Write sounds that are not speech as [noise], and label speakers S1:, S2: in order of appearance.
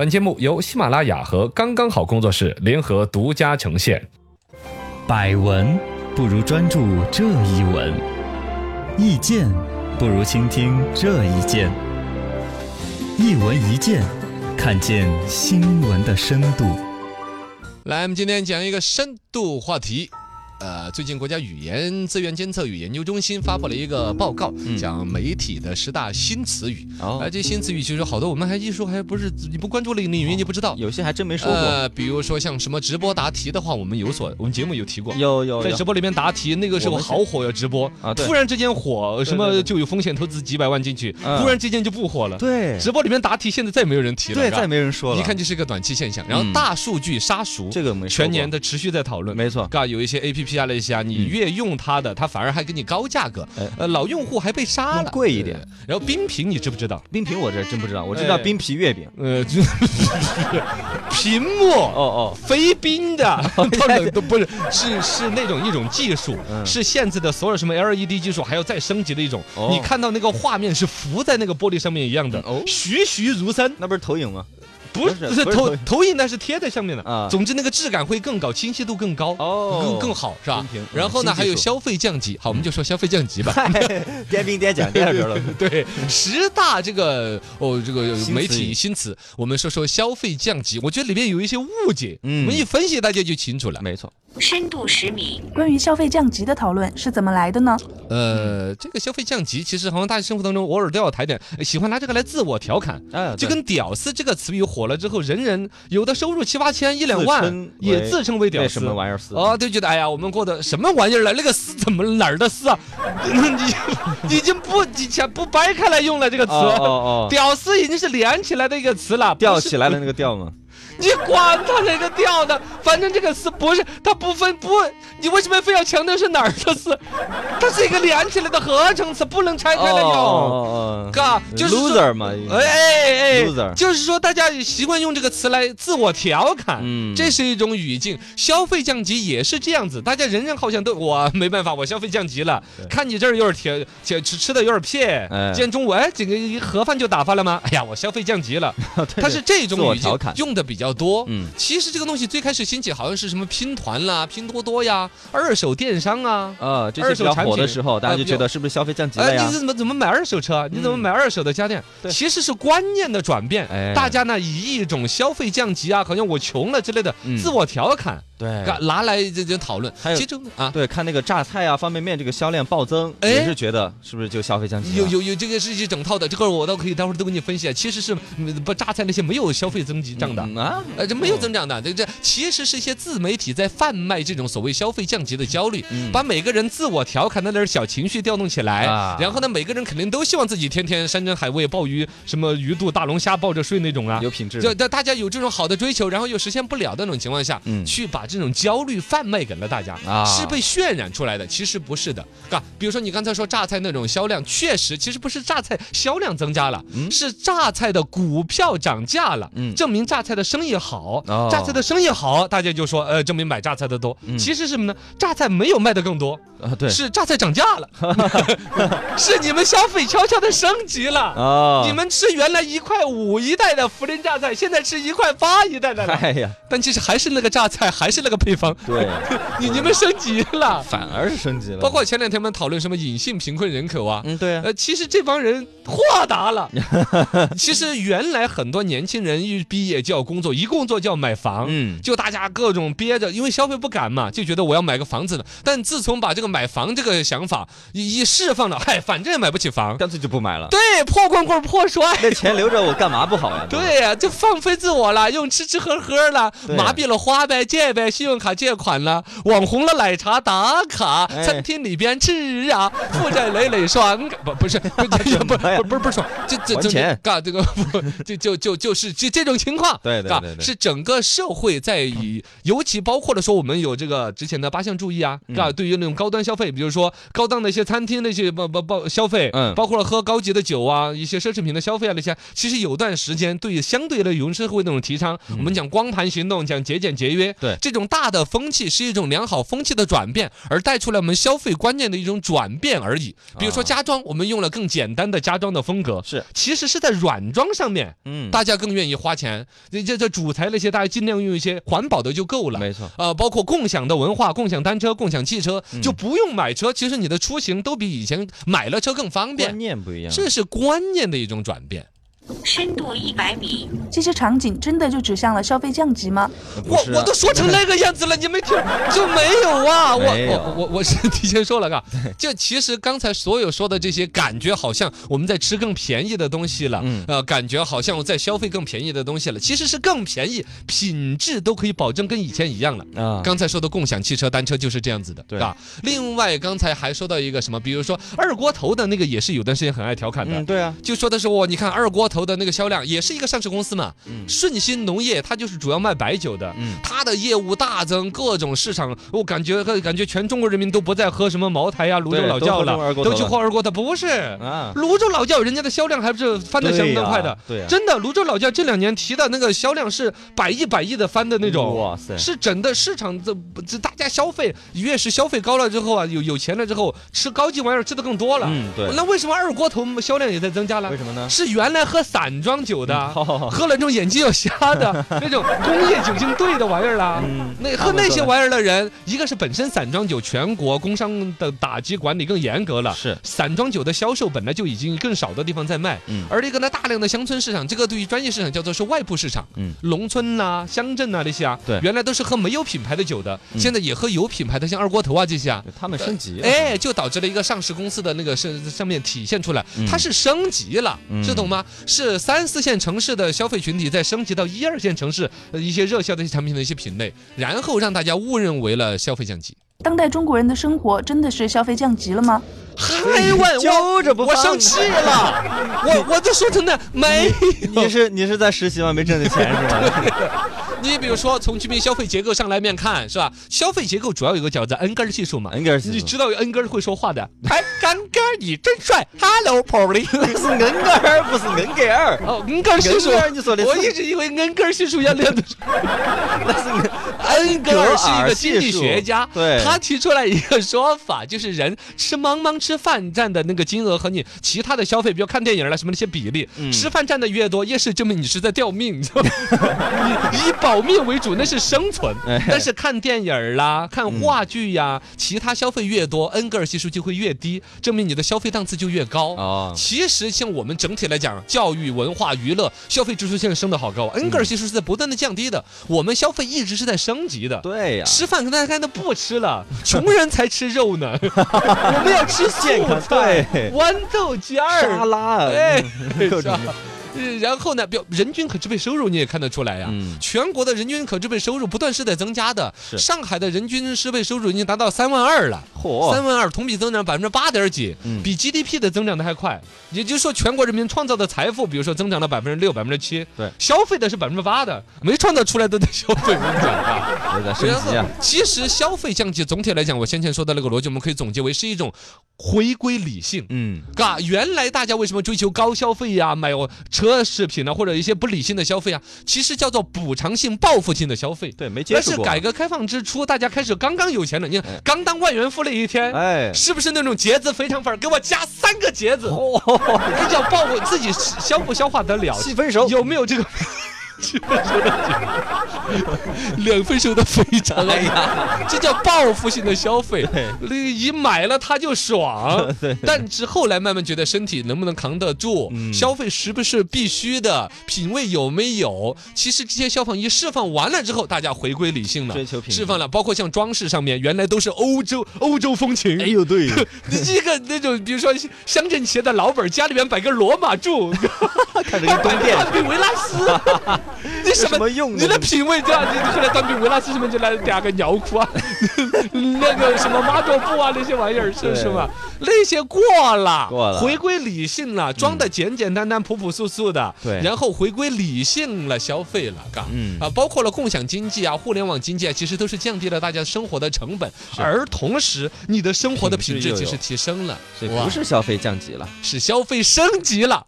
S1: 本节目由喜马拉雅和刚刚好工作室联合独家呈现。
S2: 百闻不如专注这一闻，意见不如倾听这一见。一闻一见，看见新闻的深度。
S3: 来，我们今天讲一个深度话题。呃，最近国家语言资源监测与研究中心发布了一个报告，
S1: 嗯
S3: 讲媒体的十大新词语。
S4: 哦
S3: 啊，这新词语其实好多我们还一说还不是你不关注领领域你不
S1: 哦
S3: 知道。
S4: 有些还真没说过。
S3: 呃，比如说像什么直播答题的话，我们有所我们节目有提过。
S4: 有有
S3: 在直
S4: 有，
S3: 播里面答题，那个时候
S4: 我们是
S3: 好火呀！直播
S4: 啊对
S3: 突然之间火，什
S4: 对
S3: 么
S4: 对
S3: 就有风险投资几百万进去，
S4: 嗯
S3: 突然之间就不火了。
S4: 对
S3: 直播里面答题现在再没有人提了，
S4: 对，
S3: 是吧
S4: 再没人说了。
S3: 一看就是个短期现象。然后
S4: 嗯
S3: 大数据杀熟，
S4: 这个没说过
S3: 全年的持续在讨论。
S4: 没错，嗯
S3: 嘎，有一些 A P P 啊那些啊，你越用它的，它反而还给你高价格
S4: 哎，
S3: 呃，老用户还被杀
S4: 弄
S3: 了，
S4: 贵一
S3: 对。
S4: 点
S3: 然后冰品你知不知道？
S4: 冰品我这真不知道，我知道
S3: 哎
S4: 冰皮月饼。
S3: 呃，就 [laughs] 屏幕
S4: 哦哦，
S3: 非冰
S4: [laughs]
S3: 的， [laughs] 它冷都不是，是是那种一种技术，
S4: 嗯
S3: 是现在的所有什么 LED 技术还要再升级的一种
S4: 哦。
S3: 你看到那个画面是浮在那个玻璃上面一样的
S4: 哦，
S3: 栩栩如生。
S4: 那不是投影吗？
S3: 不
S4: 不是
S3: 是
S4: 不是投
S3: 投
S4: 影
S3: 投影那是贴在上面的
S4: 啊
S3: 总之那个质感会更高，清晰度更高，
S4: 哦
S3: 更更好是吧
S4: 公平嗯？
S3: 然后呢，
S4: 新技术
S3: 还有消费降级，好，我们就说消费降级吧。
S4: 嗨，
S3: [laughs]
S4: 点兵点将点到这儿了。
S3: 对，十大这个哦，这个
S4: 新词语
S3: 媒体新词，我们说说消费降级，我觉得里面有一些误解，
S4: 嗯
S3: 我们一分析大家就清楚了。
S4: 没错，
S5: 深度十米，
S6: 关于消费降级的讨论是怎么来的呢？
S4: 嗯
S3: 呃，这个消费降级，其实好像大家生活当中偶尔都要谈点，呃喜欢拿这个来自我调侃。
S4: 哎，
S3: 就
S4: 对
S3: 跟“屌丝”这个词语火了之后，人人有的收入七八千、一两
S4: 自
S3: 万
S4: 称，
S3: 也
S4: 为
S3: 自称为屌
S4: 那
S3: 丝。
S4: 什么玩意儿似的。
S3: 哦，就觉得哎呀，我们过的什么玩意儿了？那个“丝”怎么哪儿的“丝”啊？ [laughs] 你已经不以前不掰开来用了这个词，
S4: 哦哦 [laughs] 哦，
S3: 屌丝已经是连起来的一个词了，不
S4: 吊
S3: 是
S4: 起来了那个
S3: [laughs]
S4: 吊吗？
S3: 你管它哪个调的，反正这个丝不是它不分不，你为什么非要强调是哪儿的丝？它是一个连起来的合成词，不能拆开来用。
S4: 哦哦哦
S3: 嘎，就是说
S4: loser 嘛
S3: 哎哎哎
S4: Loser
S3: 就是说大家习惯用这个词来自我调侃，
S4: 嗯
S3: 这是一种语境。消费降级也是这样子，大家人人好像都我没办法，我消费降级了，看你这儿有点甜，甜吃吃的有点撇，
S4: 哎
S3: 今天中午哎，整个一盒饭就打发了吗？哎呀，我消费降级了，
S4: 哦， [laughs] 对
S3: 它是这
S4: 自
S3: 种
S4: 我
S3: 语境
S4: 调侃
S3: 用的比较多，
S4: 嗯
S3: 其实这个东西最开始兴起好像是什么拼团啦、拼多多呀、二手电商啊。
S4: 啊，这些
S3: 二
S4: 比
S3: 手
S4: 较
S3: 产
S4: 火的
S3: 品
S4: 时候，大
S3: 呃
S4: 家就
S3: 比
S4: 觉
S3: 较
S4: 得是不是消费降级了
S3: 哎，
S4: 呀
S3: 你？怎么怎么买二手车？啊你怎么
S4: 啊嗯
S3: 买二手的家电？
S4: 对
S3: 其实是观念的转变。
S4: 哎
S3: 大家呢以一种消费降级啊，好像我穷了之类的
S4: 嗯
S3: 自我调侃，
S4: 对
S3: 嘎拿来这这讨论
S4: 还。有
S3: 其中啊，
S4: 对，看那个榨菜啊、方便面这个销量暴增，
S3: 哎
S4: 也是觉得是不是就消费降级
S3: 有
S4: 了？
S3: 有有，这个是一整套的，这个我倒可以待会儿都给你分析啊。其实是嗯不榨菜那些没有消费增级账的。
S4: 嗯啊，
S3: 呃，这没有增长的，这这其实是一些自媒体在贩卖这种所谓消费降级的焦虑，
S4: 嗯
S3: 把每个人自我调侃的那点小情绪调动起来，
S4: 啊
S3: 然后呢，每个人肯定都希望自己天天山珍海味、鲍鱼、什么鱼肚、大龙虾抱着睡那种啊
S4: 有。品质的，
S3: 就大大家有这种好的追求，然后又实现不了的那种情况下，
S4: 嗯
S3: 去把这种焦虑贩卖给了大家，
S4: 啊
S3: 是被渲染出来的，其实不是的，嘎。比如说你刚才说榨菜那种销量，确实其实不是榨菜销量增加了，是榨菜的股票涨价了，
S4: 嗯
S3: 证明榨菜的生意好，
S4: 哦
S3: 榨菜的生意好，大家就说呃，证明买榨菜的多。其实是什么呢？榨菜没有卖的更多，
S4: 啊对
S3: 是榨菜涨价
S4: [laughs]
S3: 了， [laughs] 是你们消费悄悄的升级了。
S4: 啊，
S3: 你们吃原来一块五一袋的涪陵榨菜，现在吃一块八一袋的了。
S4: 哎呀，
S3: 但其实还是那个榨菜，还是那个配方。
S4: 对，
S3: [laughs] 你你们升级了，
S4: 反而是升级了，
S3: 包括前两天我们讨论什么隐性贫困人口啊。
S4: 嗯对啊，
S3: 呃，其实这帮人豁达 [laughs] 了。其实原来很多年轻人一毕业就要工作，一工作就要买房，
S4: 嗯
S3: 就大家各种憋着，因为消费不敢嘛，就觉得我要买个房子了。但自从把这个买房这个想法一一释放了，嗨，反正也买不起房，
S4: 干脆就不买了，
S3: 对，破罐罐破摔。
S4: 那钱留着我干嘛不好呀？吧，
S3: 对呀、就放飞自我了，用吃吃喝喝了，
S4: 对
S3: 麻痹了花呗、借呗、信用卡借款了，网红了奶茶打卡，
S4: 哎
S3: 餐厅里边吃啊，负债累累爽感，不不是
S4: [laughs]
S3: 不是不
S4: 么呀
S3: 不不是不是爽，这这
S4: 还
S3: 这
S4: 钱
S3: 嘎这个 [laughs] 不就就就就是这这种情况，
S4: 对对
S3: 嘎
S4: 对对嗯
S3: 是整个社会在以，尤其包括了说我们有这个之前的八项注意
S4: 嗯
S3: 啊，嘎，对于那种高端消费，比如说高档的一些餐厅那些包包包消费，
S4: 嗯
S3: 包括了喝高级的酒啊，一些奢侈品的消费啊那些，其实有段时间对于相对的有人社会那种提倡，我们讲光盘行动，讲节俭节约，
S4: 嗯对
S3: 这种大的风气，是一种良好风气的转变，而带出来我们消费观念的一种转变而已。比如说
S4: 啊
S3: 家装，我们用了更简单的家装的风格，
S4: 是，
S3: 其实是在软装上面，
S4: 嗯，
S3: 大家更愿意花钱。这这这主材那些，大家尽量用一些环保的就够了。
S4: 没错，嗯
S3: 呃，包括共享的文化，共享单车、共享汽车，就不用买车，其实你的出行都比以前买了车更方
S4: 观
S3: 便。
S4: 念不一样，
S3: 这是观念的一种转变。
S5: 深度一百米，
S6: 这些场景真的就指向了消费降级吗？
S4: 不
S3: 我
S4: 是啊
S3: 我都说成那个样子了，你没听就没有啊？我
S4: 没有
S3: 我我我是提前说了个，就其实刚才所有说的这些，感觉好像我们在吃更便宜的东西了，
S4: 嗯
S3: 呃，感觉好像我在消费更便宜的东西了，其实是更便宜，品质都可以保证跟以前一样了。
S4: 啊，
S3: 刚才说的共享汽车、单车就是这样子的，
S4: 对
S3: 啊。另外，刚才还说到一个什么，比如说二锅头的那个，也是有段时间很爱调侃的。
S4: 嗯，对啊，
S3: 就说的是我，你看二锅头的那个销量，也是一个上市公司嘛。
S4: 嗯
S3: 顺鑫农业它就是主要卖白酒的，
S4: 嗯
S3: 它的业务大增，各种市场，我感觉感觉全中国人民都不再喝什么茅台呀、泸州
S4: 对
S3: 老
S4: 都
S3: 窖
S4: 喝这
S3: 了
S4: 种二，锅
S3: 都
S4: 头
S3: 去
S4: 了
S3: 喝二锅头，不是。
S4: 啊，
S3: 泸州老窖人家的销量还不是翻得相当快的，
S4: 对呀对呀
S3: 真的，泸州老窖这两年提的那个销量是百亿百亿的翻的那种，
S4: 哇塞
S3: 是整的市场这这大家消费越是消费高了之后啊，有有钱了之后吃高级玩意儿吃的更多了，
S4: 嗯对
S3: 那为什么二锅头销量也在增加了？
S4: 为什么呢？
S3: 是原来喝散装酒的，
S4: 嗯哦
S3: 喝了那种眼睛要瞎
S4: [laughs]
S3: 的那种工业酒精兑的玩意儿啦。
S4: 嗯
S3: 那
S4: 他
S3: 喝
S4: 们
S3: 那
S4: 说
S3: 些
S4: 的
S3: 玩意儿的人，一个是本身散装酒全国工商的打击管理更严格了，
S4: 是
S3: 散装酒的销售本来就已经更少的地方在卖，
S4: 嗯
S3: 而一个呢大量的乡村市场，这个对于专业市场叫做是外部市场，
S4: 嗯
S3: 农村呐、乡镇呐、这些啊，
S4: 对
S3: 原来都是喝没有品牌的酒的，
S4: 嗯
S3: 现在也喝有品牌的，像二锅头啊这些啊，
S4: 他们升级了，
S3: 哎，就导致了一个上市公司的那个是上面体现出来，它是升级了，
S4: 嗯
S3: 是懂吗？是三四线城市的消费群体在升级到一二线城市呃一些热销的一些产品的一些品类，然后让大家误认为了消费降级。
S6: 当代中国人的生活真的是消费降级了吗？
S3: 嗨，我
S4: 揪着不
S3: 我
S4: 放
S3: 生气了， [laughs] 我我都说真的没有
S4: 你是你是在实习吗？没挣着钱是吧？
S3: 你比如说，从居民消费结构上来面看，是吧？消费结构主要有一个叫做恩格尔系数嘛。
S4: 恩格尔系数
S3: 你知道恩格尔会说话的。哎，刚哥，你真帅，Hello Polly。
S4: 不是恩格尔，不是恩格尔，
S3: 哦，恩格尔系数
S4: 恩格尔你说的，是
S3: 我一直以为恩格尔系数要量的。
S4: 那是恩格
S3: 恩格尔是一个经济学家，
S4: 格尔系数对
S3: 他提出来一个说法，就是人吃茫茫吃饭占的那个金额和你其他的消费，比如看电影了什么那些比例，
S4: 嗯
S3: 吃饭占的越多，越是证明你是在吊命，你知
S4: [laughs]
S3: 道吗？你以保命为主，那是生存
S4: 哎。嗯
S3: 但是看电影儿啦、看话剧呀，其他消费越多，恩格尔系数就会越低，证明你的消费档次就越高。
S4: 哦
S3: 其实像我们整体来讲，教育、文化、娱乐消费支出现在升得好高，
S4: 嗯
S3: 恩格尔系数是在不断的降低的，我们消费一直是在升级的。
S4: 对啊呀，
S3: 吃饭跟大家都不吃了，穷人才吃肉
S4: [laughs]
S3: 呢，我们要吃
S4: 健
S3: 素
S4: 康
S3: 菜、
S4: [laughs] 对
S3: 豌豆尖儿、
S4: 沙拉，
S3: 哎，
S4: [laughs] 各
S3: 是
S4: 种
S3: 吧？呃然后呢，表人均可支配收入你也看得出来呀、
S4: 嗯
S3: 全国的人均可支配收入不断是在增加的。上海的人均支配收入已经达到三万二了，三
S4: 嚯，
S3: 万二同比增长百分之八点几，
S4: 嗯
S3: 比 GDP 的增长的还快。也就是说，全国人民创造的财富，比如说增长了百分之六、百分之七，
S4: 对
S3: 消费的是百分之八的，没创造出来都在消费，我跟你讲啊。
S4: [laughs] 有点升级啊，
S3: 其实消费降级总体来讲，我先前说的那个逻辑，我们可以总结为是一种回归理性。
S4: 嗯，
S3: 嘎，原来大家为什么追求高消费呀、买我奢侈品啊，或者一些不理性的消费啊？其实叫做补偿性、报复性的消费。
S4: 对，没接
S3: 那
S4: 触
S3: 是
S4: 过，
S3: 改革开放之初，大家开始刚刚有钱了，你看
S4: 哎
S3: 刚当万元户那一天，
S4: 哎，
S3: 是不是那种茄子肥肠粉儿给我加三个茄子？
S4: 哦
S3: 那叫报复，自己消不消化得了？
S4: 七分熟，
S3: 有没有这个？ [laughs] 两分熟的肥肠，哎呀，这叫报复性的消费。那一买了他就
S4: [laughs]
S3: 爽，但是后来慢慢觉得身体能不能扛得住，
S4: 嗯
S3: 消费是不是必须的，品味有没有？其实这些消防一释放完了之后，大家回归理性了，
S4: 追求品质
S3: 释放了，包括像装饰上面，原来都是欧洲欧洲风情，
S4: 哎呦对，
S3: [laughs] 这个那种，比如说乡镇企业的老板儿家里面摆个罗马柱，
S4: [laughs] 看着跟
S3: 摆
S4: 宫
S3: 个
S4: 殿
S3: 断臂维拉
S4: [laughs]
S3: 斯，你什
S4: 有什
S3: 么
S4: 么用呢
S3: 你的品味这样，你后来断臂维拉斯什么就来俩个鸟裤啊， [laughs] 那个什么马朵布啊那些玩意儿，是不是嘛？那些过了，
S4: 过了嗯
S3: 回归理性了，装的简简单单、朴朴素素的，
S4: 对
S3: 然后回归理性了，消费了，嘎，
S4: 嗯
S3: 啊，包括了共享经济啊、互联网经济啊，其实都是降低了大家生活的成本，而同时你的生活的
S4: 品
S3: 品质
S4: 质嗯又
S3: 其实
S4: 有
S3: 提升了，
S4: 所以
S3: 哇
S4: 不是消费降级了。
S3: 是消费升级了。